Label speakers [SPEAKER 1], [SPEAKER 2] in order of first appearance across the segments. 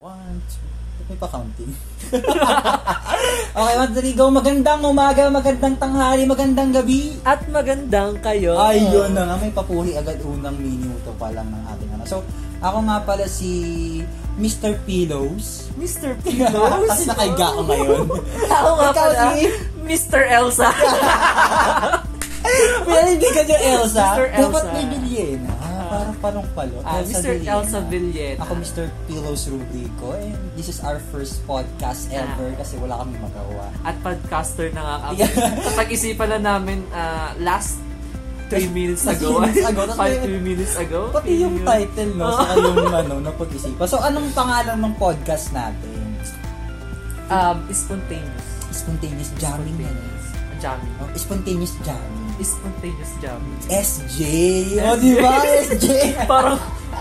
[SPEAKER 1] One, two. Ba't may pa-counting? okay, once again, go. Magandang umaga, magandang tanghali, magandang gabi.
[SPEAKER 2] At magandang kayo.
[SPEAKER 1] Ayun na nga, may papuri agad unang minuto pa lang ng ating ano. So, ako nga pala si Mr. Pillows.
[SPEAKER 2] Mr. Pilos.
[SPEAKER 1] Tapos nakaiga ako ngayon.
[SPEAKER 2] Ako nga
[SPEAKER 1] Ikaw
[SPEAKER 2] pala,
[SPEAKER 1] si-
[SPEAKER 2] Mr. Elsa.
[SPEAKER 1] Pinalindigan yung Elsa.
[SPEAKER 2] Mr. Elsa.
[SPEAKER 1] Dapat may bilyen. Ah, parang panong palo.
[SPEAKER 2] Ah, Mr.
[SPEAKER 1] Villena.
[SPEAKER 2] Elsa Villena.
[SPEAKER 1] Ako Mr. Pillows Rubrico and this is our first podcast
[SPEAKER 2] Ah.
[SPEAKER 1] ever kasi wala kami magawa.
[SPEAKER 2] At podcaster na nga kami. Napag-isipan na namin ah, last 3 minutes ago.
[SPEAKER 1] Three minutes ago, tas
[SPEAKER 2] 5
[SPEAKER 1] may-
[SPEAKER 2] minutes ago.
[SPEAKER 1] Pati yung
[SPEAKER 2] Yun.
[SPEAKER 1] title, no?
[SPEAKER 2] Oo.
[SPEAKER 1] Saka yung ano, napag-isipan. So, anong pangalan ng podcast natin?
[SPEAKER 2] Um, spontaneous.
[SPEAKER 1] Spontaneous Jamming. yan eh.
[SPEAKER 2] Spontaneous. Jamming.
[SPEAKER 1] Oh, spontaneous Jamming.
[SPEAKER 2] Spontaneous jamming.
[SPEAKER 1] SJ! O, di ba? SJ!
[SPEAKER 2] parang,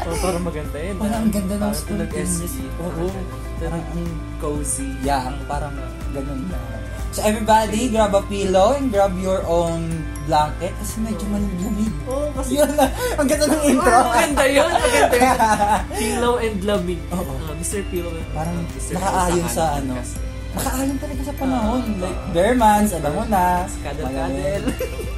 [SPEAKER 2] oh, parang maganda yun. ah.
[SPEAKER 1] Parang ang ganda ng
[SPEAKER 2] Parang tulog
[SPEAKER 1] spontaneous.
[SPEAKER 2] SG.
[SPEAKER 1] Oo. Parang
[SPEAKER 2] Parang
[SPEAKER 1] ang
[SPEAKER 2] cozy.
[SPEAKER 1] Yeah, ang parang ganun na. So everybody, grab a pillow and grab your own blanket kasi medyo malamig.
[SPEAKER 2] Oo, Oh, kasi
[SPEAKER 1] Yun na. Ang ganda ng intro.
[SPEAKER 2] Ah, maganda yun. eh. Maganda yun. Pillow and lamig.
[SPEAKER 1] Oo.
[SPEAKER 2] Ah, Mr. Pillow and
[SPEAKER 1] Parang
[SPEAKER 2] ah, Mr.
[SPEAKER 1] nakaayon sa
[SPEAKER 2] Elsahan
[SPEAKER 1] ano.
[SPEAKER 2] kasi.
[SPEAKER 1] Nakaayon talaga sa panahon.
[SPEAKER 2] Ah,
[SPEAKER 1] like,
[SPEAKER 2] ah.
[SPEAKER 1] bare months, alam mo na.
[SPEAKER 2] Kadal-kadal.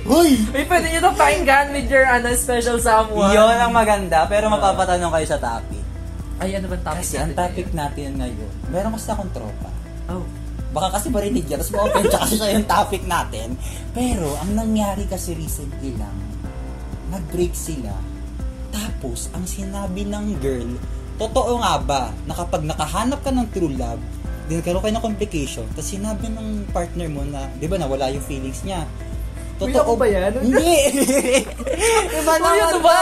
[SPEAKER 1] Hoy!
[SPEAKER 2] Uy, pwede nyo itong pakinggan with your ano, special someone.
[SPEAKER 1] Yun ang maganda, pero mapapatanong kayo sa topic.
[SPEAKER 2] Ay, ano ba ang topic
[SPEAKER 1] Kasi ang
[SPEAKER 2] natin
[SPEAKER 1] topic
[SPEAKER 2] ngayon?
[SPEAKER 1] natin ngayon, meron kasi akong tropa.
[SPEAKER 2] Oh.
[SPEAKER 1] Baka kasi marinig yan, tapos ma-offend siya kasi siya yung topic natin. Pero, ang nangyari kasi recently lang, nag-break sila. Tapos, ang sinabi ng girl, totoo nga ba na kapag nakahanap ka ng true love, nagkaroon kayo ng complication, tapos sinabi ng partner mo na, di ba, nawala yung feelings niya.
[SPEAKER 2] Uy, ako ba yan?
[SPEAKER 1] Hindi! Iba
[SPEAKER 2] Uy,
[SPEAKER 1] naman
[SPEAKER 2] ano ba?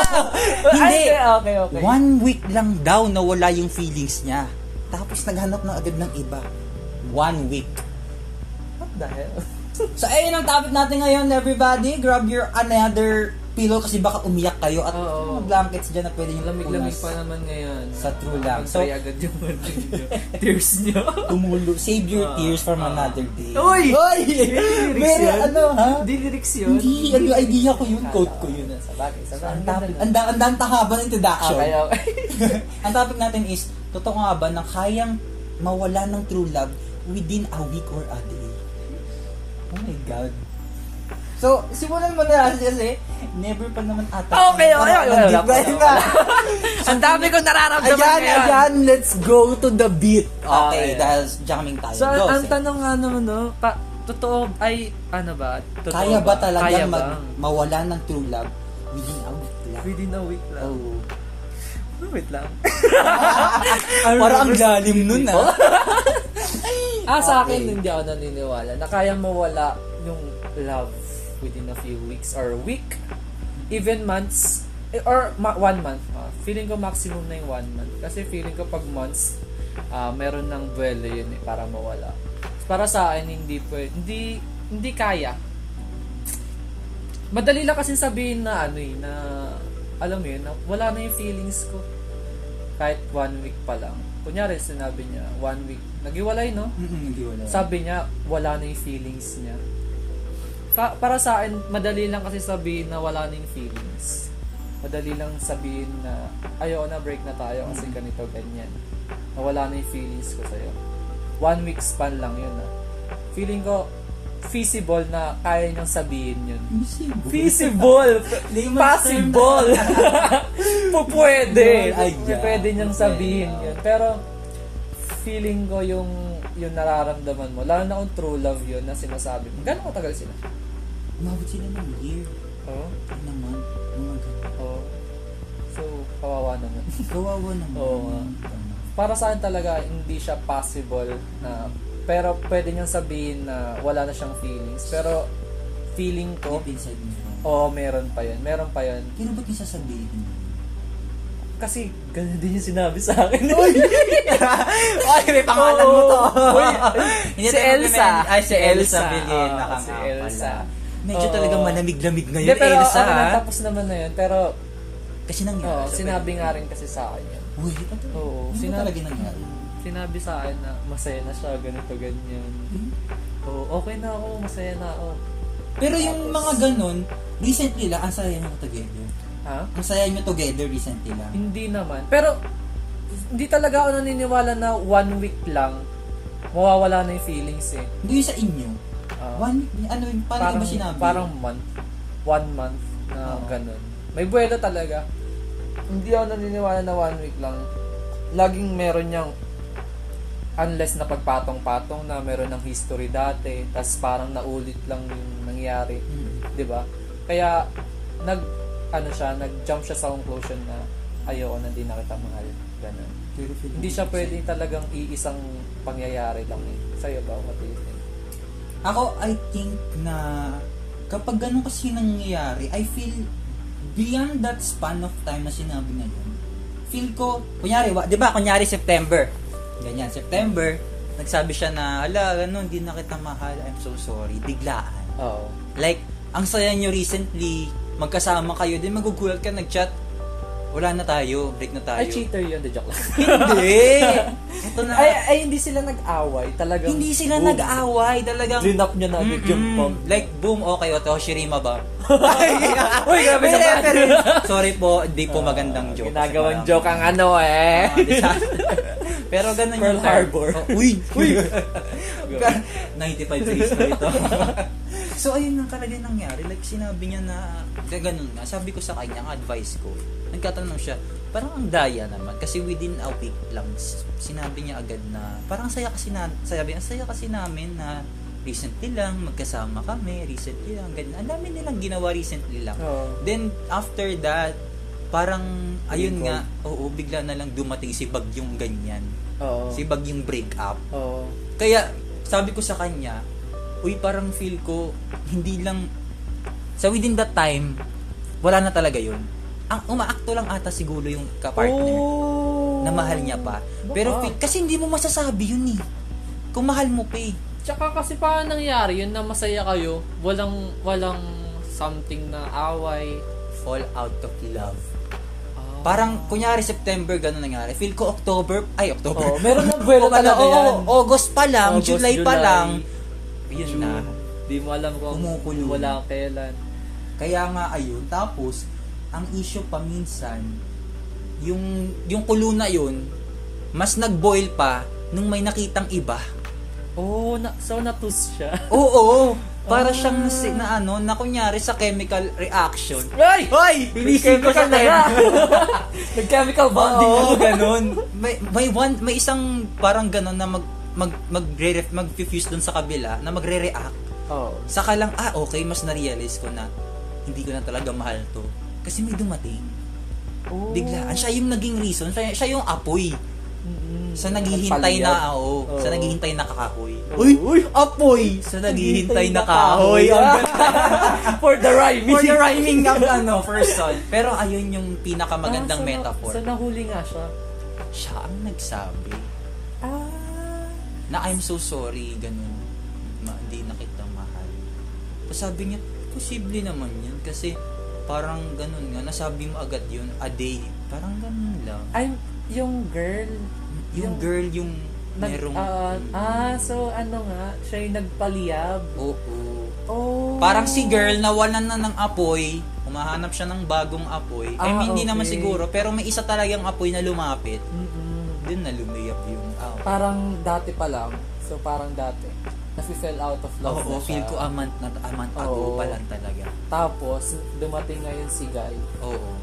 [SPEAKER 1] Hindi!
[SPEAKER 2] Ay, okay, okay.
[SPEAKER 1] One week lang daw nawala yung feelings niya. Tapos naghanap na agad ng iba. One week.
[SPEAKER 2] What the hell?
[SPEAKER 1] So, ayun ang topic natin ngayon, everybody. Grab your another pillow kasi baka umiyak kayo at mga
[SPEAKER 2] Oo.
[SPEAKER 1] blankets dyan na pwede yung
[SPEAKER 2] Lamig-lamig pa naman ngayon.
[SPEAKER 1] Sa true love.
[SPEAKER 2] So, agad yung ano nyo. tears nyo.
[SPEAKER 1] Tumulo. Save your
[SPEAKER 2] Ah,
[SPEAKER 1] tears from
[SPEAKER 2] ah.
[SPEAKER 1] another day.
[SPEAKER 2] Uy!
[SPEAKER 1] Uy!
[SPEAKER 2] Lyrics
[SPEAKER 1] Very
[SPEAKER 2] yun.
[SPEAKER 1] ano, ha?
[SPEAKER 2] Hindi lyrics yun.
[SPEAKER 1] Hindi, ano, idea ko yun, quote ko yun.
[SPEAKER 2] Sa bagay, sa
[SPEAKER 1] So,
[SPEAKER 2] bagay.
[SPEAKER 1] ang topic, ang da- ang dang tahaba ng introduction.
[SPEAKER 2] Ah, Okay, okay.
[SPEAKER 1] ang topic natin is, totoo nga ba na kayang mawala ng true love within a week or a day? Oh my God. So, simulan mo na natin kasi, never pa naman ata.
[SPEAKER 2] Ah, Okay, okay, okay, okay.
[SPEAKER 1] Deep dive na.
[SPEAKER 2] Ang dami kong nararamdaman
[SPEAKER 1] Ayan,
[SPEAKER 2] ngayon.
[SPEAKER 1] ayan, let's go to the beat. Okay,
[SPEAKER 2] Okay.
[SPEAKER 1] dahil jamming tayo.
[SPEAKER 2] Ah, So,
[SPEAKER 1] go,
[SPEAKER 2] ang
[SPEAKER 1] Seth.
[SPEAKER 2] tanong nga naman, no, pa, totoo, ay, ano ba? Totoo
[SPEAKER 1] kaya ba talaga
[SPEAKER 2] Kaya
[SPEAKER 1] mag,
[SPEAKER 2] ba?
[SPEAKER 1] mawala ng true love within a week lang?
[SPEAKER 2] Within a week lang.
[SPEAKER 1] Oh.
[SPEAKER 2] Wait lang.
[SPEAKER 1] Parang ang lalim nun ah.
[SPEAKER 2] ah, sa akin,
[SPEAKER 1] Okay.
[SPEAKER 2] hindi ako naniniwala na kaya mawala yung love within a few weeks or week, even months, eh, or ma- one month. ah. feeling ko maximum na yung one month. Kasi feeling ko pag months, ah, meron ng buwelo yun eh, para mawala. Para sa akin, hindi pwede, hindi, hindi kaya. Madali lang kasi sabihin na ano eh, na alam mo yun, na wala na yung feelings ko. Kahit one week pa lang. Kunyari, sinabi niya, one week, nagiwalay no?
[SPEAKER 1] Mm-mm, hindi wala.
[SPEAKER 2] sabi niya wala na yung feelings niya. Pa- para sa akin, madali lang kasi sabihin na wala na yung feelings. Madali lang sabihin na ayaw na break na tayo kasi ganito ganyan. Nawala na yung feelings ko sa'yo. One week span lang yun ah. Feeling ko feasible na kaya niyang sabihin yun. Feasible! Possible! Pupwede!
[SPEAKER 1] Ay, yeah.
[SPEAKER 2] Pupwede niyang
[SPEAKER 1] Okay,
[SPEAKER 2] sabihin
[SPEAKER 1] yeah.
[SPEAKER 2] yun. Pero, feeling ko yung yung nararamdaman mo, lalo na kung true love yun na sinasabi mo. Gano'ng katagal sila?
[SPEAKER 1] Umabot sila ng year.
[SPEAKER 2] Oo.
[SPEAKER 1] Ay naman. Mga ganun.
[SPEAKER 2] Oo. Oh. So, kawawa naman.
[SPEAKER 1] Kawawa naman.
[SPEAKER 2] Oo nga. Para sa akin talaga, hindi siya possible na pero pwede niyang sabihin na wala na siyang feelings. Pero, feeling ko,
[SPEAKER 1] Deep inside mo.
[SPEAKER 2] oo, meron pa yun. Meron pa yun.
[SPEAKER 1] Pero ba't yung sasabihin mo?
[SPEAKER 2] Kasi ganun din yung sinabi sa akin.
[SPEAKER 1] Ay, may
[SPEAKER 2] pangalan mo to.
[SPEAKER 1] Hindi
[SPEAKER 2] Si
[SPEAKER 1] tayo
[SPEAKER 2] Elsa.
[SPEAKER 1] mag-men- Ay, si
[SPEAKER 2] Si
[SPEAKER 1] Elsa
[SPEAKER 2] Elsa.
[SPEAKER 1] Villena ka
[SPEAKER 2] Oo, si
[SPEAKER 1] nga
[SPEAKER 2] Elsa.
[SPEAKER 1] pala. Medyo
[SPEAKER 2] Oo.
[SPEAKER 1] talaga malamig-lamig ngayon,
[SPEAKER 2] Hindi, pero
[SPEAKER 1] Elsa.
[SPEAKER 2] ano,
[SPEAKER 1] ha?
[SPEAKER 2] tapos naman na yun. Pero,
[SPEAKER 1] Kasi nangyari.
[SPEAKER 2] oo,
[SPEAKER 1] sa
[SPEAKER 2] sinabi
[SPEAKER 1] pwede.
[SPEAKER 2] nga rin kasi sa akin yun.
[SPEAKER 1] Uy, ito talaga.
[SPEAKER 2] Oo,
[SPEAKER 1] Ano ba
[SPEAKER 2] sinabi-
[SPEAKER 1] talaga nangyari?
[SPEAKER 2] Sinabi sa akin na masaya na siya, ganito, ganyan.
[SPEAKER 1] Hmm?
[SPEAKER 2] Oo, okay na ako, masaya na ako.
[SPEAKER 1] Pero yung
[SPEAKER 2] Tapos-
[SPEAKER 1] mga ganun, recently lang, ang saya nyo together.
[SPEAKER 2] Ha?
[SPEAKER 1] Ang saya nyo together recently lang.
[SPEAKER 2] Hindi naman. Pero, hindi talaga ako naniniwala na one week lang mawawala na yung feelings eh.
[SPEAKER 1] Hindi yun sa inyo.
[SPEAKER 2] Ah.
[SPEAKER 1] One week, ano yun, paano
[SPEAKER 2] parang,
[SPEAKER 1] ba sinabi?
[SPEAKER 2] Parang month. One month na
[SPEAKER 1] Oo.
[SPEAKER 2] ganun. May buwelo talaga. Hindi ako naniniwala na one week lang. Laging meron niyang unless na pagpatong-patong na meron ng history dati, tas parang naulit lang yung nangyari.
[SPEAKER 1] Mm.
[SPEAKER 2] 'di ba? Kaya nag ano siya, nag-jump siya sa conclusion na ayoko na din nakita mahal. Ganun.
[SPEAKER 1] Pero feeling
[SPEAKER 2] Hindi
[SPEAKER 1] ko
[SPEAKER 2] siya
[SPEAKER 1] kasi-
[SPEAKER 2] pwedeng talagang iisang pangyayari lang eh. Sa'yo ba? What do you think?
[SPEAKER 1] Ako, I think na kapag ganun kasi nangyayari, I feel beyond that span of time na sinabi na yun, feel ko, kunyari, wa- di ba, kunyari September, ganyan, September, nagsabi siya na, ala, ganun, hindi na kita mahal, I'm so sorry, biglaan.
[SPEAKER 2] Oo.
[SPEAKER 1] Like, ang saya nyo recently, magkasama kayo, din magugulat ka, nag-chat, wala na tayo, break na tayo.
[SPEAKER 2] Ay, cheater yun. The joke lang.
[SPEAKER 1] Hindi! Ito na.
[SPEAKER 2] ay, oh. ay, hindi sila nag-away. Talagang,
[SPEAKER 1] hindi sila
[SPEAKER 2] boom.
[SPEAKER 1] nag-away, talagang,
[SPEAKER 2] Clean up niya na agad yung
[SPEAKER 1] Mm-mm.
[SPEAKER 2] pump.
[SPEAKER 1] Like, boom, okay, oto, Shirima ba?
[SPEAKER 2] Uy, grabe
[SPEAKER 1] May
[SPEAKER 2] naman.
[SPEAKER 1] reference. Sorry po, di po magandang joke.
[SPEAKER 2] Ginagawang
[SPEAKER 1] Kasi
[SPEAKER 2] joke ang ano
[SPEAKER 1] parang,
[SPEAKER 2] eh.
[SPEAKER 1] ah, disaster. Pero ganun
[SPEAKER 2] Pearl
[SPEAKER 1] yung time.
[SPEAKER 2] Harbor.
[SPEAKER 1] Oh, uy! Uy! 95 series na ito. so, ayun lang talaga yung nangyari. Like, sinabi niya na, kaya ganun nga, sabi ko sa kanya, ang advice ko, nagkatanong siya, parang ang daya naman kasi within a week lang s- sinabi niya agad na parang saya kasi na sabi ang saya kasi namin na recently lang magkasama kami recently lang ganyan ang dami nilang ginawa recently lang
[SPEAKER 2] Oo.
[SPEAKER 1] Then, after that, parang, ayun
[SPEAKER 2] Lingkod.
[SPEAKER 1] nga, oo, bigla na lang dumating si Bagyong ganyan.
[SPEAKER 2] Oo.
[SPEAKER 1] Si Bagyong break up.
[SPEAKER 2] Oo.
[SPEAKER 1] Kaya, sabi ko sa kanya, uy, parang feel ko, hindi lang, sa within that time, wala na talaga yun. Ang umaakto lang ata siguro yung kapartner
[SPEAKER 2] Oh.
[SPEAKER 1] na mahal niya pa. Pero,
[SPEAKER 2] Baka.
[SPEAKER 1] feel- kasi hindi mo masasabi yun eh. Kung mahal mo pa eh.
[SPEAKER 2] Tsaka kasi paano nangyari yun na masaya kayo, walang walang something na away.
[SPEAKER 1] Fall out of love.
[SPEAKER 2] Ah.
[SPEAKER 1] Parang, kunyari September, ganun nangyari. Feel ko October, ay October.
[SPEAKER 2] Oh. Oo, meron ng
[SPEAKER 1] O,
[SPEAKER 2] buwelo
[SPEAKER 1] ano,
[SPEAKER 2] talaga
[SPEAKER 1] oo,
[SPEAKER 2] yan.
[SPEAKER 1] August pa lang,
[SPEAKER 2] August,
[SPEAKER 1] July, pa
[SPEAKER 2] July.
[SPEAKER 1] lang. Yun
[SPEAKER 2] June.
[SPEAKER 1] na.
[SPEAKER 2] Di mo alam kung
[SPEAKER 1] Kumukulo.
[SPEAKER 2] wala kailan.
[SPEAKER 1] Kaya nga ayun, tapos, ang issue pa minsan, yung, yung kulo na yun, mas nag-boil pa nung may nakitang iba.
[SPEAKER 2] Oh, na, so natus siya.
[SPEAKER 1] Oo,
[SPEAKER 2] Ah.
[SPEAKER 1] para siyang si- na ano, na kunyari sa chemical reaction.
[SPEAKER 2] Ay!
[SPEAKER 1] Hoy! Pinisip ko sa
[SPEAKER 2] Nag-chemical bonding.
[SPEAKER 1] Oo, ganun. May, may, one, may isang parang ganun na mag, mag, magre mag-fuse dun sa kabila na magre-react.
[SPEAKER 2] Oh.
[SPEAKER 1] Saka lang, ah, okay, mas na-realize ko na hindi ko na talaga mahal to. Kasi may dumating.
[SPEAKER 2] oh.
[SPEAKER 1] Biglaan. Siya yung naging reason. Siya, siya yung apoy.
[SPEAKER 2] Mm-mm.
[SPEAKER 1] Sa naghihintay na, oo.
[SPEAKER 2] Oo.
[SPEAKER 1] Sa naghihintay na kakahoy.
[SPEAKER 2] Oo.
[SPEAKER 1] Uy! Apoy! Sa naghihintay na kahoy. Ang-
[SPEAKER 2] For the rhyme.
[SPEAKER 1] For the rhyming ng ano, first song. Pero ayun yung pinakamagandang
[SPEAKER 2] Ah, so na-
[SPEAKER 1] metaphor.
[SPEAKER 2] So nahuli nga siya.
[SPEAKER 1] Siya ang nagsabi.
[SPEAKER 2] Ah.
[SPEAKER 1] na I'm so sorry, ganun. Ma, hindi na kita mahal. Tapos sabi niya, posible naman yun kasi parang ganun nga, nasabi mo agad yun, a day. Parang ganun lang.
[SPEAKER 2] I'm yung girl
[SPEAKER 1] Yung
[SPEAKER 2] Yung-
[SPEAKER 1] girl yung
[SPEAKER 2] Nag,
[SPEAKER 1] merong...
[SPEAKER 2] ah, ah, so ano nga, siya yung nagpaliyab.
[SPEAKER 1] Oo.
[SPEAKER 2] Oh.
[SPEAKER 1] Parang si girl nawalan na ng apoy, humahanap siya ng bagong apoy. I
[SPEAKER 2] Ah,
[SPEAKER 1] mean, hindi naman
[SPEAKER 2] okay.
[SPEAKER 1] siguro, pero may isa talagang apoy na lumapit.
[SPEAKER 2] Mm-mm.
[SPEAKER 1] Doon na lumiyap yung... ah,
[SPEAKER 2] Parang dati pa lang. So parang dati. Nasi-fell out of love
[SPEAKER 1] Oo,
[SPEAKER 2] na
[SPEAKER 1] feel
[SPEAKER 2] siya.
[SPEAKER 1] ko a month, na, a month ago
[SPEAKER 2] Oo.
[SPEAKER 1] pa lang talaga.
[SPEAKER 2] Tapos, dumating ngayon si Guy.
[SPEAKER 1] Oo.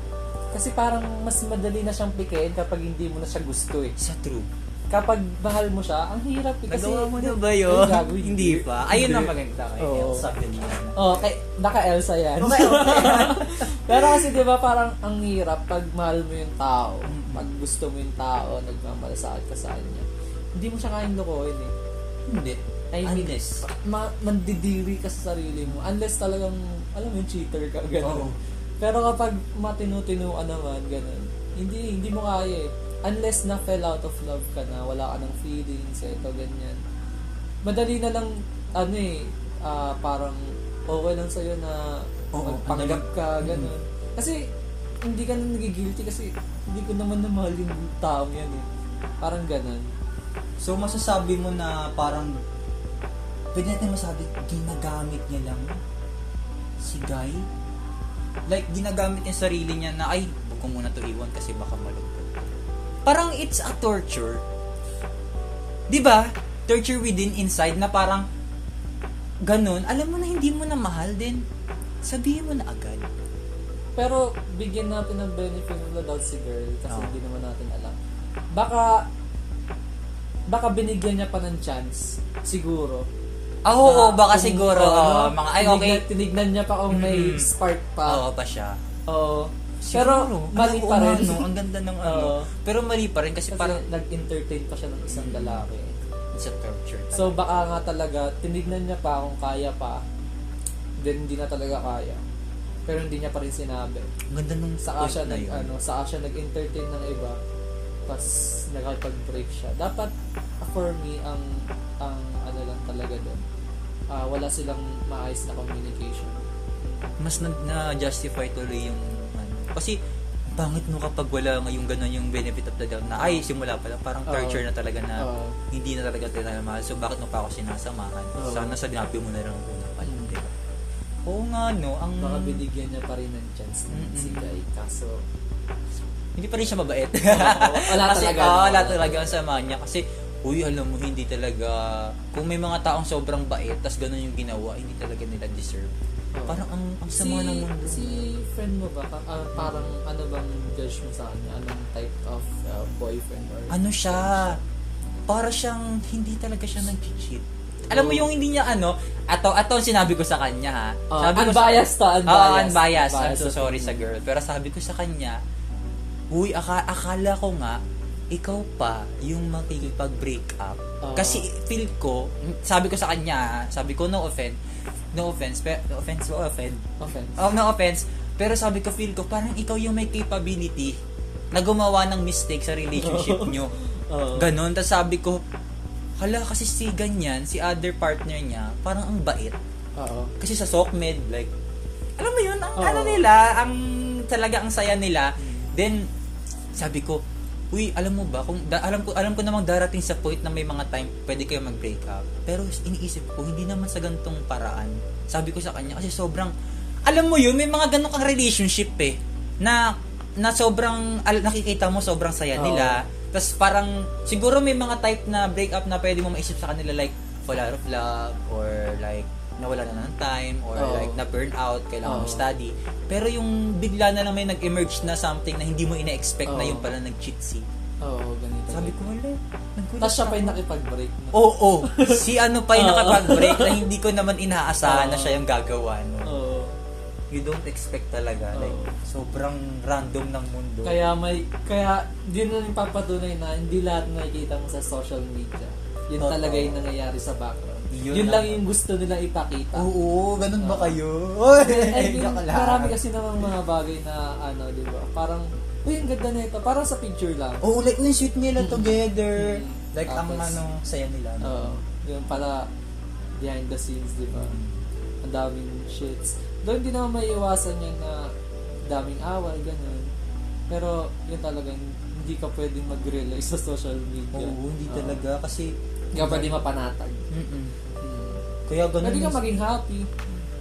[SPEAKER 2] Kasi parang mas madali na siyang pikein kapag hindi mo na siya gusto eh.
[SPEAKER 1] Sa true.
[SPEAKER 2] Kapag mahal mo siya, ang hirap eh. Kasi,
[SPEAKER 1] Nagawa mo na ba
[SPEAKER 2] Ay,
[SPEAKER 1] yun?
[SPEAKER 2] gago,
[SPEAKER 1] hindi pa. Ayun
[SPEAKER 2] Hindi.
[SPEAKER 1] ang maganda kay
[SPEAKER 2] Oo.
[SPEAKER 1] Elsa Villan.
[SPEAKER 2] Oh, kay, naka-Elsa yan. Pero kasi di ba parang ang hirap pag mahal mo yung tao, pag gusto mo yung tao, nagmamalasakit ka sa kanya, hindi mo siya kayang lokohin eh.
[SPEAKER 1] Hindi.
[SPEAKER 2] I mean,
[SPEAKER 1] Unless.
[SPEAKER 2] Ma- mandidiri ka sa sarili mo. Unless talagang, alam mo yung cheater ka,
[SPEAKER 1] Oo.
[SPEAKER 2] ganun. Pero kapag matinu-tinuan naman, ganun, hindi, hindi mo kaya eh. Unless na fell out of love ka na, wala ka ng feelings, ito, ganyan. Madali na lang, ano eh, ah, parang okay lang sa'yo na
[SPEAKER 1] Oo, Mm.
[SPEAKER 2] magpanggap
[SPEAKER 1] andali.
[SPEAKER 2] ka, ganun. Kasi, hindi ka na nagigilty kasi hindi ko naman na mahal yung taong yan eh. Parang ganun.
[SPEAKER 1] So, masasabi mo na parang, pwede natin masabi, ginagamit niya lang si Guy. Like, ginagamit niya sarili niya na, ay, huwag ko muna to iwan kasi baka malungkot. Parang it's a torture. 'Di ba? Torture within inside na parang ganun. Alam mo na hindi mo na mahal din. Sabihin mo na agad.
[SPEAKER 2] Pero bigyan natin ng benefit of the doubt si girl kasi
[SPEAKER 1] Oo.
[SPEAKER 2] hindi naman natin alam. Baka baka binigyan niya pa ng chance siguro.
[SPEAKER 1] Ah, oo,
[SPEAKER 2] Na
[SPEAKER 1] baka
[SPEAKER 2] kung-
[SPEAKER 1] siguro,
[SPEAKER 2] Diba? oo,
[SPEAKER 1] oo, mga, ay, okay.
[SPEAKER 2] Tinignan, tinignan niya pa kung may
[SPEAKER 1] Mm.
[SPEAKER 2] spark pa.
[SPEAKER 1] Oo pa siya.
[SPEAKER 2] Oo. Pero
[SPEAKER 1] Siguro.
[SPEAKER 2] mali
[SPEAKER 1] Alam ko,
[SPEAKER 2] pa rin.
[SPEAKER 1] ano, ang ganda ng ano.
[SPEAKER 2] Oo.
[SPEAKER 1] Pero mali pa rin kasi,
[SPEAKER 2] Kasi
[SPEAKER 1] parang Mm-hmm.
[SPEAKER 2] nag-entertain pa siya ng isang lalaki.
[SPEAKER 1] it's a torture.
[SPEAKER 2] So baka nga talaga, tinignan niya pa kung kaya pa. Then hindi na talaga kaya. Pero hindi niya pa rin sinabi.
[SPEAKER 1] ang ganda nung
[SPEAKER 2] Saka
[SPEAKER 1] point
[SPEAKER 2] siya,
[SPEAKER 1] na
[SPEAKER 2] nag,
[SPEAKER 1] yun.
[SPEAKER 2] ano, saka siya nag-entertain ng iba. Tapos nakapag-break siya. Dapat ah, for me, ang, ang ano lang talaga doon. ah, wala silang maayos na communication.
[SPEAKER 1] mas nag- na-justify tuloy yung ano. Kasi bangit no kapag wala ngayong ganun yung benefit of the doubt na ay simula pa lang parang
[SPEAKER 2] Oo.
[SPEAKER 1] torture na talaga na
[SPEAKER 2] Oo.
[SPEAKER 1] hindi na talaga talaga mahal. So bakit mo pa ako sinasamahan?
[SPEAKER 2] Oo.
[SPEAKER 1] Sana sa dinabi mo na lang ako na pala.
[SPEAKER 2] Mm.
[SPEAKER 1] di ba? Oo nga no, ang
[SPEAKER 2] Baka binigyan niya pa rin ng chance ng
[SPEAKER 1] Hmm. Mm-mm.
[SPEAKER 2] si Guy. Kaso,
[SPEAKER 1] hindi pa rin siya mabait.
[SPEAKER 2] wala
[SPEAKER 1] kasi,
[SPEAKER 2] talaga.
[SPEAKER 1] oo, wala talaga ang sama niya. Kasi, uy, alam mo, hindi talaga, kung may mga taong sobrang bait, tas ganun yung ginawa, hindi talaga nila deserve.
[SPEAKER 2] Oo.
[SPEAKER 1] Parang ang, ang
[SPEAKER 2] si,
[SPEAKER 1] sama ng mundo.
[SPEAKER 2] si friend mo ba? Ka- ah, parang ano bang judge mo sa kanya? Anong type of ah, boyfriend or...
[SPEAKER 1] ano siya, para siyang hindi talaga siya nag-cheat. Alam mo yung hindi niya ano, ato ato ang sinabi ko sa kanya ha.
[SPEAKER 2] Ah,
[SPEAKER 1] sabi ko
[SPEAKER 2] unbiased
[SPEAKER 1] sa,
[SPEAKER 2] to, unbiased.
[SPEAKER 1] Oo, unbiased. I'm
[SPEAKER 2] Unbiased
[SPEAKER 1] so sorry sa
[SPEAKER 2] opinion.
[SPEAKER 1] girl. Pero sabi ko sa kanya, Uy, aka- akala ko nga, ikaw pa yung makikipag-break up.
[SPEAKER 2] Oo.
[SPEAKER 1] Kasi feel ko, sabi ko sa kanya, ha, sabi ko no offense, no offense, pero no offense, no offense.
[SPEAKER 2] Offense.
[SPEAKER 1] Oh, no offense. Pero sabi ko, feel ko, parang ikaw yung may capability na gumawa ng mistake sa relationship nyo.
[SPEAKER 2] Oo.
[SPEAKER 1] Ganon. Tapos sabi ko, hala kasi si ganyan, si other partner niya, parang ang bait.
[SPEAKER 2] Oo.
[SPEAKER 1] Kasi sa SOCMED, like, alam mo yun, ang
[SPEAKER 2] Oo.
[SPEAKER 1] ano nila, ang talaga ang saya nila. Then, sabi ko, uy, alam mo ba, kung, da- alam ko alam ko namang darating sa point na may mga time pwede kayo mag-break up. Pero iniisip ko, hindi naman sa gantong paraan. Sabi ko sa kanya, kasi sobrang, alam mo yun, may mga ganong kang relationship eh, na, na sobrang, al- nakikita mo sobrang saya
[SPEAKER 2] Oo.
[SPEAKER 1] nila. Tapos parang, siguro may mga type na break up na pwede mo maisip sa kanila like, wala of love, or like, nawala na ng time, or
[SPEAKER 2] Oo.
[SPEAKER 1] like, na-burn out, kailangan
[SPEAKER 2] Oo.
[SPEAKER 1] mag-study. Pero yung bigla na lang may nag-emerge na something na hindi mo ina-expect na
[SPEAKER 2] Oo.
[SPEAKER 1] yung pala nag-cheat si.
[SPEAKER 2] Oo, ganito.
[SPEAKER 1] Sabi ko, wala, nagkulat
[SPEAKER 2] Tapos
[SPEAKER 1] ako."
[SPEAKER 2] siya
[SPEAKER 1] Oh.
[SPEAKER 2] pa yung nakipag-break. na.
[SPEAKER 1] Oo, si ano pa yung
[SPEAKER 2] Oo.
[SPEAKER 1] nakapag-break na hindi ko naman inaasahan na
[SPEAKER 2] Oo.
[SPEAKER 1] siya yung gagawa. No?
[SPEAKER 2] Oo.
[SPEAKER 1] You don't expect talaga.
[SPEAKER 2] Oo.
[SPEAKER 1] Like, sobrang random ng mundo.
[SPEAKER 2] Kaya may, kaya di na rin papatunay na hindi lahat nakikita mo sa social media. Yun
[SPEAKER 1] Totoo.
[SPEAKER 2] talaga yung nangyayari sa background.
[SPEAKER 1] Yun
[SPEAKER 2] Yun,
[SPEAKER 1] ang-
[SPEAKER 2] lang yung gusto nila ipakita.
[SPEAKER 1] Oo, ganun ba kayo?
[SPEAKER 2] I mean,
[SPEAKER 1] Joke lang.
[SPEAKER 2] marami kasi namang mga bagay na ano, di ba? Parang, uy, ang ganda nito. Parang sa picture lang.
[SPEAKER 1] Oo, like, yung shoot nila together.
[SPEAKER 2] Mm.
[SPEAKER 1] Like, ang
[SPEAKER 2] Tapos-
[SPEAKER 1] ano, saya nila. no?
[SPEAKER 2] Oo. yung pala behind the scenes, di ba? Ang daming shits. Doon hindi naman may iwasan yan na daming away, ganun. Pero yun talagang hindi ka pwedeng mag-relay sa social media.
[SPEAKER 1] Oo, hindi
[SPEAKER 2] Oo.
[SPEAKER 1] talaga. Kasi,
[SPEAKER 2] Hindi ka pwede mapanatag.
[SPEAKER 1] mm
[SPEAKER 2] Hmm.
[SPEAKER 1] Kaya ganun.
[SPEAKER 2] Pwede ka
[SPEAKER 1] yung-
[SPEAKER 2] maging happy.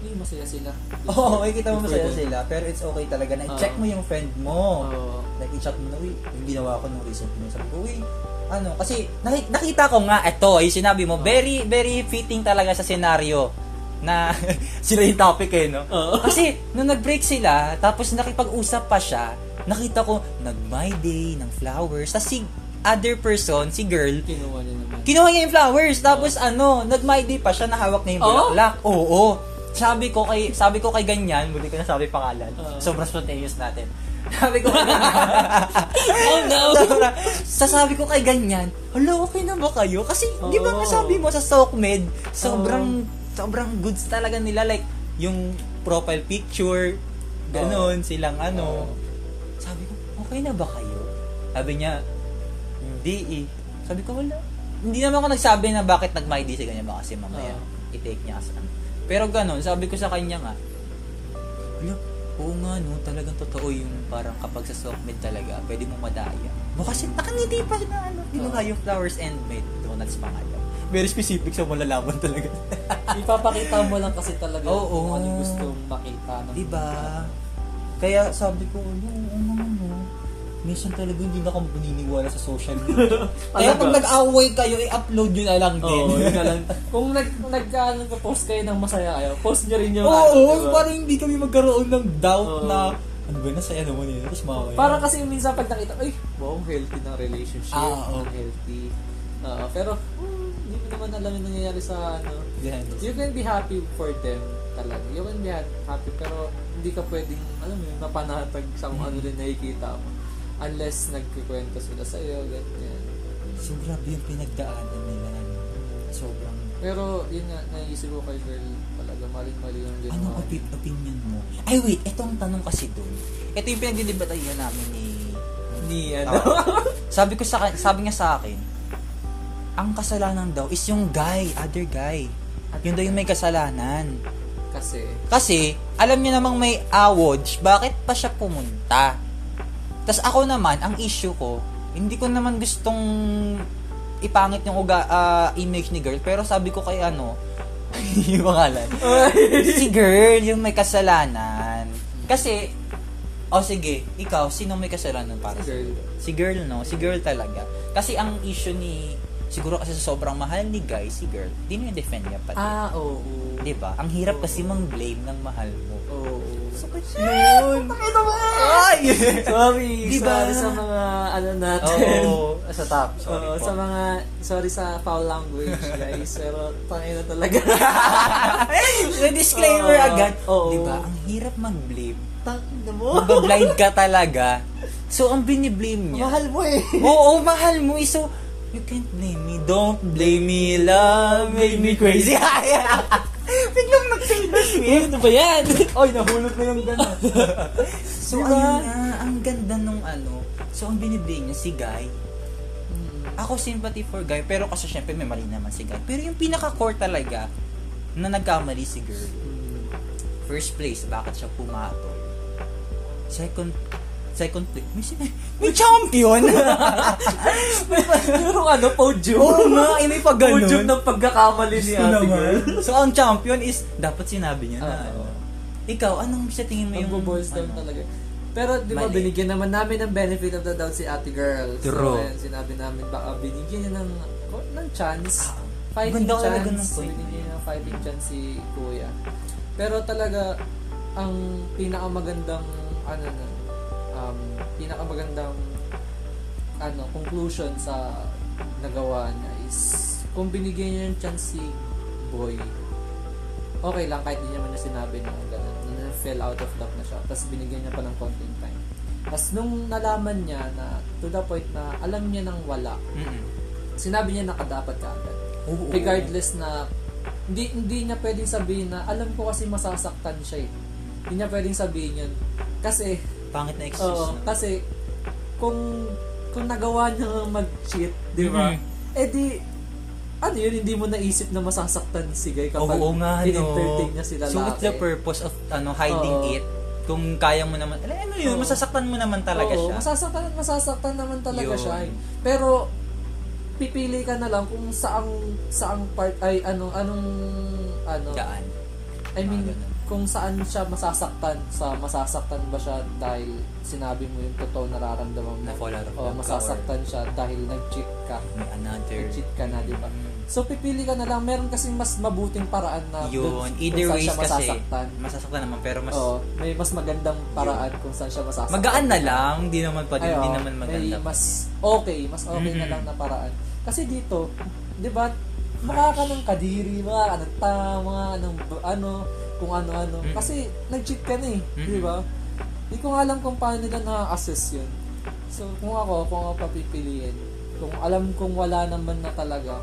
[SPEAKER 2] Hindi, masaya sila.
[SPEAKER 1] Oo, oh, makikita mo
[SPEAKER 2] Hindi
[SPEAKER 1] masaya
[SPEAKER 2] pwede.
[SPEAKER 1] sila. Pero it's okay talaga na
[SPEAKER 2] Oo.
[SPEAKER 1] i-check mo yung friend mo.
[SPEAKER 2] Oo.
[SPEAKER 1] Like, i-chat mo na, uy, yung ginawa ko nung recent mo. Sabi ko, uy, ano, kasi naki- nakita ko nga, eto, yung sinabi mo,
[SPEAKER 2] Oo.
[SPEAKER 1] very, very fitting talaga sa senaryo na sila yung topic eh, no?
[SPEAKER 2] Oo.
[SPEAKER 1] Kasi, nung nag-break sila, tapos nakipag-usap pa siya, nakita ko, nag-my day ng flowers. Tapos si other person, si girl,
[SPEAKER 2] Kinuha niya naman.
[SPEAKER 1] Kinuha niya yung flowers, tapos ano, nag-my day pa siya, nahawak niya yung
[SPEAKER 2] Oo?
[SPEAKER 1] bulaklak. Oo. Sabi ko kay sabi ko kay ganyan, muli ko na sabi pangalan.
[SPEAKER 2] Oo.
[SPEAKER 1] Sobrang spontaneous natin. Sabi ko kay ganyan.
[SPEAKER 2] oh no!
[SPEAKER 1] Sobra. Sasabi ko kay ganyan, hala, okay na ba kayo? Kasi, di ba
[SPEAKER 2] Oo.
[SPEAKER 1] masabi mo sa SOCMED, sobrang,
[SPEAKER 2] Oh.
[SPEAKER 1] sobrang goods talaga nila. Like, yung profile
[SPEAKER 2] Oh.
[SPEAKER 1] picture, ganun, silang ano.
[SPEAKER 2] Oo.
[SPEAKER 1] Sabi ko, okay na ba kayo? Sabi niya, hindi eh. Sabi ko, wala. Hindi naman ako nagsabi na bakit nag-my day si ganyan ba kasi mamaya
[SPEAKER 2] Oh.
[SPEAKER 1] i-take niya as ano. Pero ganun, sabi ko sa kanya nga, wala, oo nga no, talagang totoo yung parang kapag sa softmed talaga, pwede mong madaya. Mo kasi nakangiti pa na ano, ginawa yung flowers and made donuts pangalan. Very specific sa malalaman talaga.
[SPEAKER 2] Ipapakita mo lang kasi talaga
[SPEAKER 1] Oo.
[SPEAKER 2] kung ano yung gusto mong makita. ng-
[SPEAKER 1] diba? Kaya sabi ko, ano, ano, ano, minsan talaga hindi na ako maniniwala sa social media. Kaya
[SPEAKER 2] Talaga?
[SPEAKER 1] pag nag-away kayo, i-upload yun na lang din.
[SPEAKER 2] Oo, yun na lang. Kung nag, nag ano, post kayo ng masaya kayo, post nyo rin yung
[SPEAKER 1] Oo,
[SPEAKER 2] ano,
[SPEAKER 1] oh,
[SPEAKER 2] diba?
[SPEAKER 1] parang hindi kami magkaroon ng doubt
[SPEAKER 2] Oo.
[SPEAKER 1] na, ano ba, nasaya naman yun. Tapos mga kayo.
[SPEAKER 2] Parang kasi minsan pag nakita, ay, wow, healthy ng relationship,
[SPEAKER 1] Ah, oo.
[SPEAKER 2] ang healthy. Oo, pero, hmm, hindi mo naman alam yung nangyayari sa ano.
[SPEAKER 1] Behind the
[SPEAKER 2] You can be happy for them talaga. You can be ha- happy, pero hindi ka pwedeng, alam mo yun, mapanatag sa kung ano rin nakikita mo. Unless nagkikwento sila sa'yo, ganyan.
[SPEAKER 1] So grabe yung pinagdaanan nila. ano. Sobrang...
[SPEAKER 2] Pero, yun nga, naisip ko kay girl, talaga, maling-mali yung
[SPEAKER 1] Anong
[SPEAKER 2] ginawa.
[SPEAKER 1] opi- opinion mo? Ay wait, ito ang tanong kasi doon. Ito yung pinagdidibatayan namin ni...
[SPEAKER 2] Ni, ano?
[SPEAKER 1] Tao. sabi ko sa kan- sabi niya sa akin, ang kasalanan daw is yung guy, other guy. Yun daw yung may kasalanan.
[SPEAKER 2] kasi,
[SPEAKER 1] Kasi, alam niya namang may awards, bakit pa siya pumunta? Tapos ako naman, ang issue ko, hindi ko naman gustong ipangit yung uga, ah, image ni girl, pero sabi ko kay ano, yung pangalan, si girl yung may kasalanan. Kasi, o sige, ikaw, sino may kasalanan para
[SPEAKER 2] si
[SPEAKER 1] sa
[SPEAKER 2] girl,
[SPEAKER 1] Si girl, no? Si girl talaga. Kasi ang issue ni, siguro kasi sa sobrang mahal ni guy, si girl, dinedefend niya pati.
[SPEAKER 2] ah, oo. oo.
[SPEAKER 1] Di ba? Ang hirap kasi mang blame ng mahal mo.
[SPEAKER 2] Oo. oo.
[SPEAKER 1] Yun! Ay!
[SPEAKER 2] Sorry,
[SPEAKER 1] Diba?
[SPEAKER 2] sorry sa mga ano natin.
[SPEAKER 1] Oo, sa top. Sorry
[SPEAKER 2] Oo,
[SPEAKER 1] po.
[SPEAKER 2] sa mga, sorry sa foul language guys, pero tangin na talaga.
[SPEAKER 1] May disclaimer
[SPEAKER 2] Oo,
[SPEAKER 1] agad.
[SPEAKER 2] oo.
[SPEAKER 1] Di ba? Ang hirap mag-blame.
[SPEAKER 2] tangin na mo.
[SPEAKER 1] Magbablind ka talaga. So, ang biniblame niya.
[SPEAKER 2] Mahal mo eh.
[SPEAKER 1] Oo, mahal mo. eh. So, you can't blame me. Don't blame me. Love made me crazy. ah. Biglang eh. nag-Taylor Swift.
[SPEAKER 2] Ano ba yan? Oy, nahulog na yung gano'n.
[SPEAKER 1] So,
[SPEAKER 2] Diba?
[SPEAKER 1] ayun na. Ang ganda nung ano. So, ang biniblame niya si Guy. Ako sympathy for Guy. Pero kasi syempre may mali naman si Guy. Pero yung pinaka-core talaga na nagkamali si girl. First place, bakit siya pumato? Second, second place, may, sin- may champion!
[SPEAKER 2] Pero ano, podium.
[SPEAKER 1] Oo nga, eh, may pag ganun.
[SPEAKER 2] Podium ng pagkakamali ni ate girl.
[SPEAKER 1] so, ang champion is, dapat sinabi niya na. ano,
[SPEAKER 2] Ah, oo.
[SPEAKER 1] Ikaw, anong sa tingin mo yung...
[SPEAKER 2] Magbo-balls down
[SPEAKER 1] ano?
[SPEAKER 2] talaga. Pero di ba
[SPEAKER 1] Mali.
[SPEAKER 2] binigyan naman namin ng benefit of the doubt si Ate Girl.
[SPEAKER 1] True.
[SPEAKER 2] So ayun, sinabi namin baka binigyan niya ng ng chance.
[SPEAKER 1] Ah,
[SPEAKER 2] fighting
[SPEAKER 1] ganda
[SPEAKER 2] chance.
[SPEAKER 1] talaga ng point na
[SPEAKER 2] Binigyan niya ng ah. fighting chance si Kuya. Pero talaga ang pinakamagandang ano na um pinakamagandang ano conclusion sa nagawa niya is kung binigyan niya ng chance si boy okay lang kahit hindi naman niya sinabi na gano'n, na fell out of love na siya. Tapos binigyan niya pa ng konting time. Tapos nung nalaman niya na to the point na alam niya nang wala,
[SPEAKER 1] Mm-mm.
[SPEAKER 2] sinabi niya na kadapat ka agad.
[SPEAKER 1] Oo, oo.
[SPEAKER 2] Regardless na hindi hindi niya pwedeng sabihin na alam ko kasi masasaktan siya eh. Hindi niya pwedeng sabihin yun. Kasi
[SPEAKER 1] Pangit na excuse. na.
[SPEAKER 2] Oo, kasi kung kung nagawa niya nga mag-cheat, di ba?
[SPEAKER 1] Mhm.
[SPEAKER 2] Eh di, ano yun, hindi mo naisip na masasaktan si Guy
[SPEAKER 1] Oo,
[SPEAKER 2] kapag
[SPEAKER 1] oo nga, no.
[SPEAKER 2] in-entertain niya sila eh.
[SPEAKER 1] So, what's the purpose of ano hiding
[SPEAKER 2] Oo.
[SPEAKER 1] it? Kung kaya mo naman, alam ano yun,
[SPEAKER 2] Oo.
[SPEAKER 1] masasaktan mo naman talaga
[SPEAKER 2] Oo,
[SPEAKER 1] siya.
[SPEAKER 2] masasaktan, masasaktan naman talaga
[SPEAKER 1] Yun.
[SPEAKER 2] siya eh. Pero, pipili ka na lang kung saang, saang part, ay ano, anong, ano,
[SPEAKER 1] Daan.
[SPEAKER 2] I mean,
[SPEAKER 1] Mga ganun.
[SPEAKER 2] kung saan siya masasaktan, sa masasaktan ba siya dahil sinabi mo yung totoo nararamdaman mo.
[SPEAKER 1] Na fall out of
[SPEAKER 2] O,
[SPEAKER 1] love ka
[SPEAKER 2] masasaktan siya dahil nag-cheat ka.
[SPEAKER 1] May another.
[SPEAKER 2] Nag-cheat ka na, di ba? So, pipili ka na lang. Meron kasing mas mabuting paraan na
[SPEAKER 1] Yun,
[SPEAKER 2] dun- Ah, kung
[SPEAKER 1] either
[SPEAKER 2] saan
[SPEAKER 1] ways
[SPEAKER 2] siya
[SPEAKER 1] kasi,
[SPEAKER 2] masasaktan.
[SPEAKER 1] masasaktan naman, pero mas,
[SPEAKER 2] Oo, may mas magandang paraan kung saan siya masasaktan.
[SPEAKER 1] magaan na lang, hindi naman pa din,
[SPEAKER 2] Ay,
[SPEAKER 1] hindi
[SPEAKER 2] oo,
[SPEAKER 1] naman maganda.
[SPEAKER 2] May mas okay, mas okay na
[SPEAKER 1] Mhm.
[SPEAKER 2] lang na paraan. Kasi dito, 'di ba? Mukha ka ng kadiri, ano mukha ka ng tama, ng b- ano, kung ano-ano.
[SPEAKER 1] Mhm.
[SPEAKER 2] Kasi nag-cheat ka na eh,
[SPEAKER 1] Mhm.
[SPEAKER 2] 'di ba? Hindi ko nga alam kung paano nila na-assess 'yun. So, kung ako, kung ako papipiliin, kung alam kong wala naman na talaga,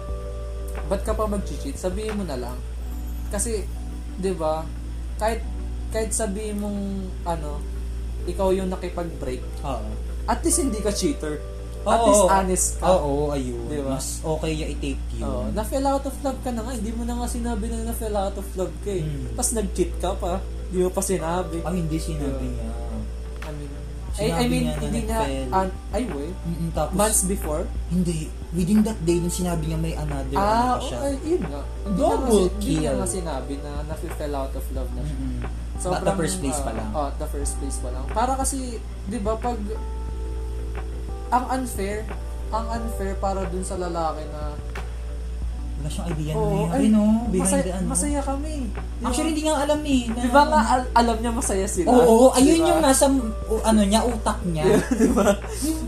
[SPEAKER 2] ba't ka pa mag-cheat? Sabihin mo na lang. Kasi, di ba, kahit, kahit sabihin mong, ano, ikaw yung nakipag-break,
[SPEAKER 1] Oo.
[SPEAKER 2] at least hindi ka cheater. At
[SPEAKER 1] Oo.
[SPEAKER 2] least honest ka.
[SPEAKER 1] Oo, ayun.
[SPEAKER 2] Di ba?
[SPEAKER 1] Mas okay yung i-tape yun.
[SPEAKER 2] Oo, na-fell out of love ka na nga. Hindi mo na nga sinabi na na-fell out of love ka eh.
[SPEAKER 1] Hmm.
[SPEAKER 2] Tapos nag-cheat ka pa. Hindi mo pa sinabi.
[SPEAKER 1] Ay, hindi sinabi
[SPEAKER 2] Yeah.
[SPEAKER 1] niya.
[SPEAKER 2] I mean,
[SPEAKER 1] Sinabi
[SPEAKER 2] I, I mean,
[SPEAKER 1] niya na
[SPEAKER 2] hindi nga,
[SPEAKER 1] nag-fell.
[SPEAKER 2] an- ay way,
[SPEAKER 1] Mm-mm, tapos,
[SPEAKER 2] months before.
[SPEAKER 1] hindi. Within that day, nung sinabi niya may another,
[SPEAKER 2] ah,
[SPEAKER 1] ano pa siya.
[SPEAKER 2] okay, yun nga. Hindi na
[SPEAKER 1] Double
[SPEAKER 2] nga, si- Hindi na
[SPEAKER 1] kill.
[SPEAKER 2] nga sinabi na na-fell out of love na siya.
[SPEAKER 1] Mm-mm. But the
[SPEAKER 2] Sobrang,
[SPEAKER 1] first place pa
[SPEAKER 2] ah,
[SPEAKER 1] lang.
[SPEAKER 2] ah, the first place pa lang. Para kasi, di ba, pag ang unfair, ang unfair para dun sa lalaki na
[SPEAKER 1] Wala siyang idea na
[SPEAKER 2] Oo,
[SPEAKER 1] yun.
[SPEAKER 2] ay,
[SPEAKER 1] Ayun, oh, behind
[SPEAKER 2] masaya,
[SPEAKER 1] the ano.
[SPEAKER 2] masaya kami. Di ba?
[SPEAKER 1] Actually, hindi nga alam eh. Na,
[SPEAKER 2] Di ba nga Diba? al- alam niya masaya sila?
[SPEAKER 1] Oo, oo, ayun Diba?
[SPEAKER 2] Di ba?
[SPEAKER 1] yung nasa o, ano niya, utak niya.
[SPEAKER 2] di ba?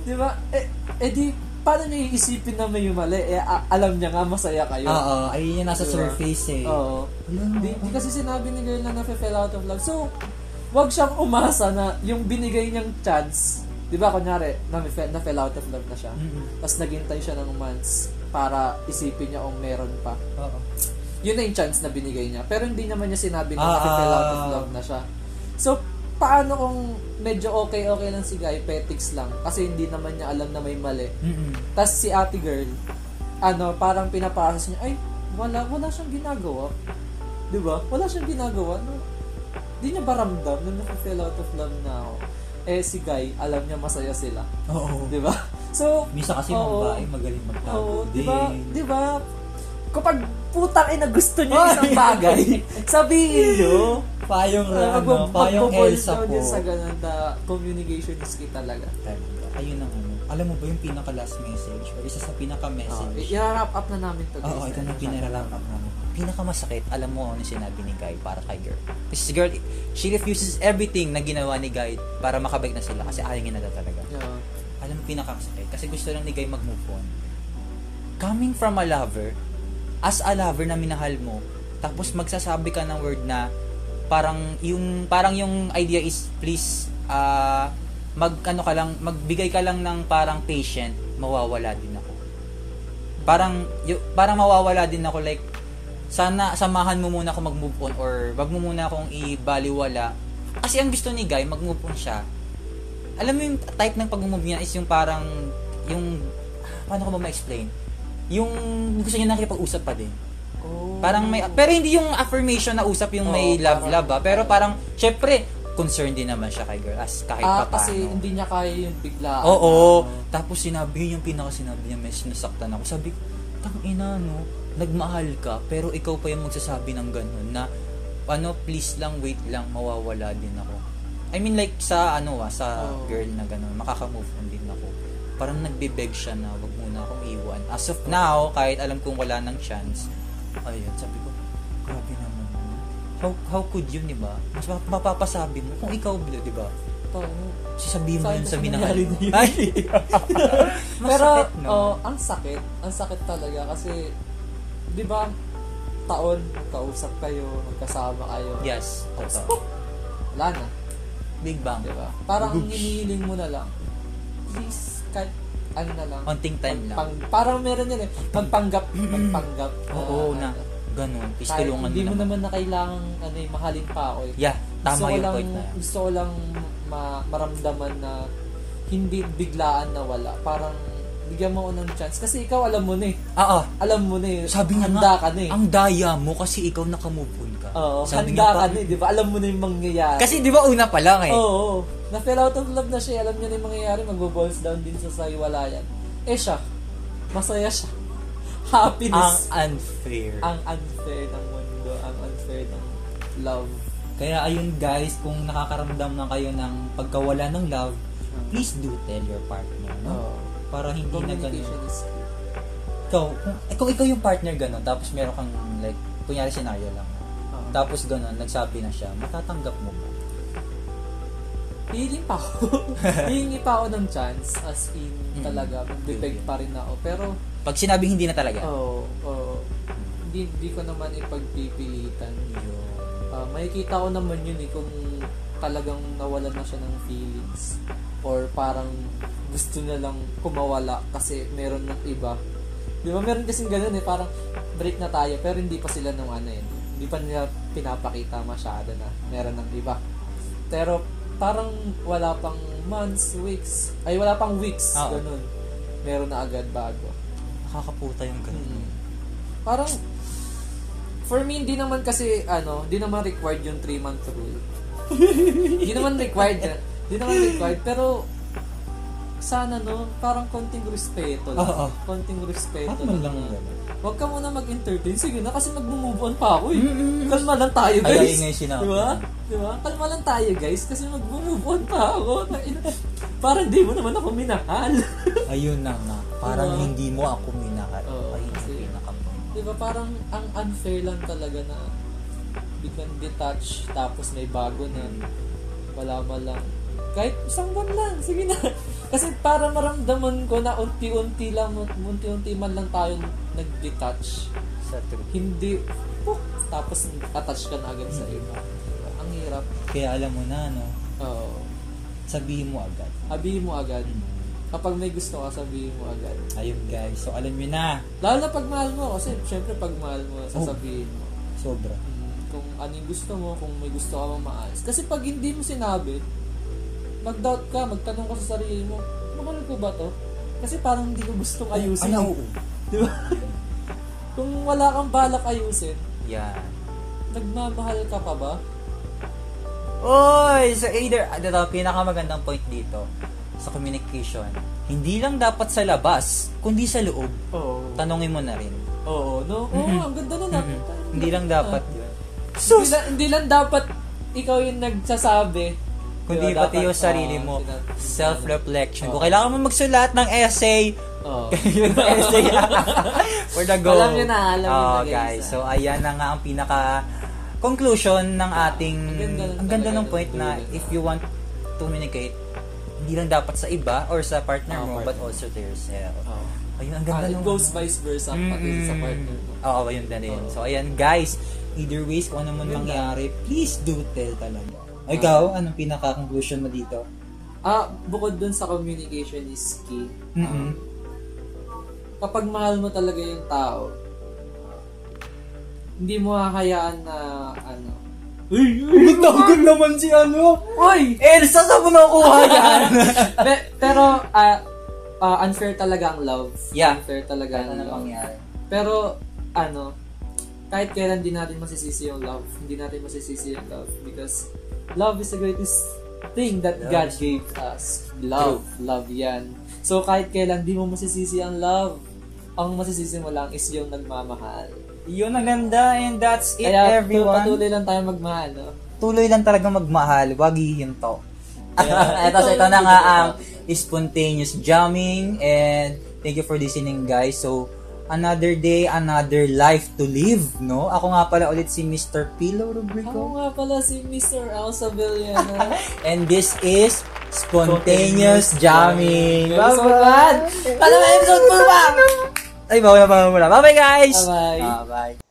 [SPEAKER 2] Di ba? Eh, eh di, paano niya iisipin na may mali? Eh, a- alam niya nga masaya kayo.
[SPEAKER 1] Oo, ayun yung nasa
[SPEAKER 2] Diba?
[SPEAKER 1] surface eh.
[SPEAKER 2] Oo.
[SPEAKER 1] Wala.
[SPEAKER 2] Di, di kasi sinabi ni girl na nafe-fell out of love. So, wag siyang umasa na yung binigay niyang chance. Di ba, kunyari, nafe- na-fell out of love na siya.
[SPEAKER 1] Mm-mm.
[SPEAKER 2] Tapos naghintay siya ng months para isipin niya kung meron pa.
[SPEAKER 1] Oo.
[SPEAKER 2] Yun na yung chance na binigay niya. Pero hindi naman niya sinabi na
[SPEAKER 1] Ah,
[SPEAKER 2] nafe-fell out
[SPEAKER 1] ah,
[SPEAKER 2] of
[SPEAKER 1] ah.
[SPEAKER 2] love na siya. So, paano kung medyo okay-okay lang si Guy, petics lang. Kasi hindi naman niya alam na may mali.
[SPEAKER 1] Mm-mm.
[SPEAKER 2] Tapos si ate girl, ano, parang pinaparas niya, ay, wala, wala siyang ginagawa. Di ba? Wala siyang ginagawa. No? Di niya ba ramdam na nafe-fell out of love na ako? Eh, si Guy, alam niya masaya sila.
[SPEAKER 1] Oo.
[SPEAKER 2] Di ba? So,
[SPEAKER 1] Misa kasi mga
[SPEAKER 2] Oo.
[SPEAKER 1] babae magaling magtago
[SPEAKER 2] Oo,
[SPEAKER 1] din.
[SPEAKER 2] di ba? Di ba? Kapag putang ina gusto niyo yung
[SPEAKER 1] Ay!
[SPEAKER 2] isang bagay, sabihin niyo.
[SPEAKER 1] Payong,
[SPEAKER 2] Uh,
[SPEAKER 1] ano, payong Elsa po.
[SPEAKER 2] sa ganun na communication is key talaga.
[SPEAKER 1] Talaga. Ayun ang ano. Alam mo ba yung pinaka last message? Or isa sa pinaka
[SPEAKER 2] Oh,
[SPEAKER 1] message?
[SPEAKER 2] i-wrap up na namin to
[SPEAKER 1] Ah,
[SPEAKER 2] guys. ah.
[SPEAKER 1] Oo, ito na yung pinaralanggap namin. Pinakamasakit, alam mo ano sinabi ni Guy para kay girl. Kasi si girl, she refuses everything na ginawa ni Guy para makabalik na sila kasi ayaw niya na talaga.
[SPEAKER 2] Yeah.
[SPEAKER 1] Alam mo pinakamasakit kasi gusto lang ni Guy mag-move on. Coming from a lover, as a lover na minahal mo, tapos magsasabi ka ng word na parang yung parang yung idea is please ah mag ano ka lang magbigay ka lang ng parang patient mawawala din ako parang yu- parang mawawala din ako like sana samahan mo muna ako mag-move on or wag mo muna akong ibaliwala kasi ang gusto ni guy mag-move on siya alam mo yung type ng pag-move niya is yung parang yung paano ko ba ma-explain yung gusto niya nakikipag-usap pa din
[SPEAKER 2] Oh.
[SPEAKER 1] Parang may pero hindi yung affirmation na usap yung may
[SPEAKER 2] Oo,
[SPEAKER 1] love
[SPEAKER 2] parang-
[SPEAKER 1] love ah. Pero parang syempre concerned din naman siya kay girl as kahit
[SPEAKER 2] Ah,
[SPEAKER 1] papaano.
[SPEAKER 2] kasi hindi niya kaya yung bigla.
[SPEAKER 1] Oo. Tapos sinabi yun yung pinaka sinabi niya, medyo nasaktan ako. Sabi ko, tang ina no, nagmahal ka pero ikaw pa yung magsasabi ng ganun na ano, please lang, wait lang, mawawala din ako. I mean like sa ano ah, sa
[SPEAKER 2] Oo.
[SPEAKER 1] girl na ganun, makaka-move on din ako. Parang nagbe-beg siya na wag muna akong iwan. As of now, kahit alam kong wala ng chance, ayun, sabi ko, grabe naman. no. How, how could you, di ba? Mas map- mapapasabi mo kung ikaw, di ba?
[SPEAKER 2] Oo.
[SPEAKER 1] Sasabihin mo yun
[SPEAKER 2] Saan ko
[SPEAKER 1] sa
[SPEAKER 2] siya
[SPEAKER 1] minahal
[SPEAKER 2] nangyari
[SPEAKER 1] mo.
[SPEAKER 2] na yun?
[SPEAKER 1] Ay!
[SPEAKER 2] Pero,
[SPEAKER 1] Masakit, no?
[SPEAKER 2] oh, ang sakit. Ang sakit talaga kasi, di ba, taon, kausap kayo, magkasama kayo.
[SPEAKER 1] Yes,
[SPEAKER 2] Tapos,
[SPEAKER 1] totoo.
[SPEAKER 2] pop, wala na.
[SPEAKER 1] Big Bang.
[SPEAKER 2] Di ba? Parang ang
[SPEAKER 1] Goosh.
[SPEAKER 2] hinihiling mo na lang, please, kahit ano na lang.
[SPEAKER 1] Konting time lang.
[SPEAKER 2] magpang- parang meron yan eh. Magpanggap. Magpanggap.
[SPEAKER 1] Oo, na.
[SPEAKER 2] ano,
[SPEAKER 1] Ganun. Please
[SPEAKER 2] kahit
[SPEAKER 1] tulungan
[SPEAKER 2] hindi
[SPEAKER 1] mo
[SPEAKER 2] mo
[SPEAKER 1] naman.
[SPEAKER 2] naman na kailangan ano, eh, mahalin pa ako eh.
[SPEAKER 1] Yeah,
[SPEAKER 2] gusto
[SPEAKER 1] tama
[SPEAKER 2] ko
[SPEAKER 1] yung
[SPEAKER 2] lang,
[SPEAKER 1] point na yan.
[SPEAKER 2] Gusto ko lang ma- maramdaman na hindi biglaan na wala. Parang bigyan mo ako ng chance. Kasi ikaw alam mo na eh.
[SPEAKER 1] Ah, ah.
[SPEAKER 2] Alam mo na eh.
[SPEAKER 1] Sabi niya
[SPEAKER 2] handa
[SPEAKER 1] nga,
[SPEAKER 2] ka na eh.
[SPEAKER 1] ang daya mo kasi ikaw nakamove on ka.
[SPEAKER 2] Oo,
[SPEAKER 1] Sabi
[SPEAKER 2] handa
[SPEAKER 1] niya pa,
[SPEAKER 2] ka na eh. Di ba? Alam mo na yung mangyayari.
[SPEAKER 1] Kasi di ba una pa lang eh.
[SPEAKER 2] Oo. oo. Na-fell out of love na siya. Alam niya na yung mangyayari. Magbo-balls down din sa sayiwalayan. Eh siya. Masaya siya.
[SPEAKER 1] Ang
[SPEAKER 2] Happiness.
[SPEAKER 1] unfair.
[SPEAKER 2] ang unfair ng mundo. Ang unfair ng love.
[SPEAKER 1] Kaya ayun guys, kung nakakaramdam na kayo ng pagkawala ng love, please do tell your partner. No?
[SPEAKER 2] Hmm. Oo.
[SPEAKER 1] Para hindi na ganun.
[SPEAKER 2] Communication is key.
[SPEAKER 1] ikaw, kung, eh, kung ikaw yung partner ganun, tapos meron kang, like, kunyari scenario lang.
[SPEAKER 2] Oo.
[SPEAKER 1] Tapos ganun, nagsabi na siya, matatanggap mo ba?
[SPEAKER 2] Hihingi pa ako. Hihingi pa ako ng chance. As in,
[SPEAKER 1] Mm.
[SPEAKER 2] talaga. Mag-depend pa rin ako. Pero,
[SPEAKER 1] Pag sinabing hindi na talaga.
[SPEAKER 2] oo, oo. Hindi, hindi ko naman ipagpipilitan.
[SPEAKER 1] Yun.
[SPEAKER 2] Ah, makikita ko naman yun eh kung talagang nawalan na siya ng feelings. Or parang gusto niya lang kumawala kasi meron ng iba. Di ba meron kasing ganun eh, parang break na tayo pero hindi pa sila nung ano eh. Hindi pa nila pinapakita masyado na meron ng iba. Pero parang wala pang months, weeks, ay wala pang weeks,
[SPEAKER 1] Oo.
[SPEAKER 2] ganun. Meron na agad bago.
[SPEAKER 1] Nakakaputa yung ganun.
[SPEAKER 2] Mm. Parang, for me, hindi naman kasi, ano, hindi naman required yung 3-month rule. Hindi naman required yan. Hindi naman required, pero, sana, no, parang konting respeto lang.
[SPEAKER 1] Oo.
[SPEAKER 2] Konting respeto
[SPEAKER 1] Paano man lang ganun?
[SPEAKER 2] Huwag ka muna mag-entertain. Sige na, kasi mag-move on pa ako eh. Kalma lang tayo, guys.
[SPEAKER 1] Ay, ay, ngay sinabi.
[SPEAKER 2] Di ba? Di ba? Kalma lang tayo, guys, kasi mag-move on pa ako. parang di mo naman ako minahal.
[SPEAKER 1] Ayun na nga. Parang
[SPEAKER 2] Oo.
[SPEAKER 1] hindi mo ako minahal.
[SPEAKER 2] Oo,
[SPEAKER 1] Ayun ang
[SPEAKER 2] kasi-
[SPEAKER 1] pinaka
[SPEAKER 2] di ba Diba, parang ang unfair lang talaga na biglang detach tapos may bago na wala ba lang. Kahit isang buwan lang, sige na. Kasi para maramdaman ko na unti-unti lang, unti-unti man lang tayo nag-detach.
[SPEAKER 1] sa truth.
[SPEAKER 2] Hindi, puk, tapos attach ka na agad sa iba. Ang hirap.
[SPEAKER 1] Kaya alam mo na, no?
[SPEAKER 2] Oo.
[SPEAKER 1] Sabihin mo agad.
[SPEAKER 2] Sabihin mo agad.
[SPEAKER 1] Hmm.
[SPEAKER 2] Kapag may gusto ka, sabihin mo agad.
[SPEAKER 1] Ayun guys, so alam nyo na.
[SPEAKER 2] Lalo na pag mahal mo, kasi syempre pag mahal mo, sasabihin mo.
[SPEAKER 1] Sobra.
[SPEAKER 2] Mm, Kung ano yung gusto mo, kung may gusto ka bang maalis. Kasi pag hindi mo sinabi, mag-doubt ka, magtanong ka sa sarili mo, mahal ko ba to? Kasi parang hindi ko gustong ayusin. eh.
[SPEAKER 1] Ano? oo.
[SPEAKER 2] Di ba? kung wala kang balak ayusin,
[SPEAKER 1] Yan.
[SPEAKER 2] nagmamahal ka pa ba?
[SPEAKER 1] Oy! So either, ito daw, pinakamagandang point dito sa communication. Hindi lang dapat sa labas, kundi sa loob.
[SPEAKER 2] Oo.
[SPEAKER 1] Tanongin mo na rin.
[SPEAKER 2] Oo, no? Oo, ang ganda na namin.
[SPEAKER 1] Mm-hmm. Hindi lang dapat yun.
[SPEAKER 2] Hindi, lang, hindi lang dapat ikaw yung nagsasabi.
[SPEAKER 1] Kundi
[SPEAKER 2] Diba,
[SPEAKER 1] pati
[SPEAKER 2] dapat,
[SPEAKER 1] yung sarili
[SPEAKER 2] ah,
[SPEAKER 1] mo.
[SPEAKER 2] tina-
[SPEAKER 1] Self-reflection.
[SPEAKER 2] Oo.
[SPEAKER 1] Kung kailangan mo magsulat ng essay,
[SPEAKER 2] Oo.
[SPEAKER 1] yun ang essay. For the go.
[SPEAKER 2] Alam nyo na, alam nyo na,
[SPEAKER 1] Oo, guys.
[SPEAKER 2] guys. ah.
[SPEAKER 1] So, ayan na nga ang pinaka conclusion ng ating
[SPEAKER 2] ang ganda ng
[SPEAKER 1] ang ganda
[SPEAKER 2] talaga
[SPEAKER 1] ng
[SPEAKER 2] ng
[SPEAKER 1] point na
[SPEAKER 2] tulad.
[SPEAKER 1] if you want to communicate hindi lang dapat sa iba or sa partner
[SPEAKER 2] Oo,
[SPEAKER 1] mo
[SPEAKER 2] partner.
[SPEAKER 1] but also to yourself.
[SPEAKER 2] Oo.
[SPEAKER 1] Ayun, ang
[SPEAKER 2] Ah,
[SPEAKER 1] ganda
[SPEAKER 2] it
[SPEAKER 1] ng-
[SPEAKER 2] goes vice versa pati sa
[SPEAKER 1] Mm.
[SPEAKER 2] partner mo.
[SPEAKER 1] Oo, ayun na rin.
[SPEAKER 2] Oo.
[SPEAKER 1] So, ayan guys, either ways, kung ano man
[SPEAKER 2] Yun Mm.
[SPEAKER 1] mangyari, please do tell talaga. O, Ikaw, anong pinaka-conclusion mo dito?
[SPEAKER 2] Ah, bukod dun sa communication is key. Ah,
[SPEAKER 1] Mm-mm.
[SPEAKER 2] Kapag mahal mo talaga yung tao, hindi mo hahayaan na ano. Uy!
[SPEAKER 1] Nagtagod naman si ano!
[SPEAKER 2] Uy!
[SPEAKER 1] Elsa, saan mo nakuha yan?
[SPEAKER 2] Pe- pero ah, ah, unfair talaga ang love.
[SPEAKER 1] Yeah.
[SPEAKER 2] Unfair talaga ang
[SPEAKER 1] ano
[SPEAKER 2] love.
[SPEAKER 1] mangyari?
[SPEAKER 2] Pero ano, kahit kailan hindi natin masisisi yung love. Hindi natin masisisi yung love because love is the greatest thing that
[SPEAKER 1] Love
[SPEAKER 2] God
[SPEAKER 1] is-
[SPEAKER 2] gave us. Love, love yan. So kahit kailan di mo masisisi ang love. Ang masisisi mo lang is yung nagmamahal.
[SPEAKER 1] Yun ang ganda and that's it
[SPEAKER 2] Kaya
[SPEAKER 1] everyone.
[SPEAKER 2] patuloy lang tayo magmahal, no?
[SPEAKER 1] Tuloy lang talaga magmahal, wag hihinto.
[SPEAKER 2] Yeah.
[SPEAKER 1] Eto, so ito na nga ang spontaneous jamming and thank you for listening guys. So, another day, another life to live, no? Ako nga pala ulit si Mr. Pilo
[SPEAKER 2] Ako
[SPEAKER 1] Rubrico
[SPEAKER 2] nga pala si Mr. Elsa Villano.
[SPEAKER 1] and this is Oh. Spontaneous Jamming.
[SPEAKER 2] Jamming. So bad.
[SPEAKER 1] Alam mo, episode 4 pa! Ay, bawala, bawala, bawala. Bye-bye guys!
[SPEAKER 2] Bye-bye.
[SPEAKER 1] Bye-bye.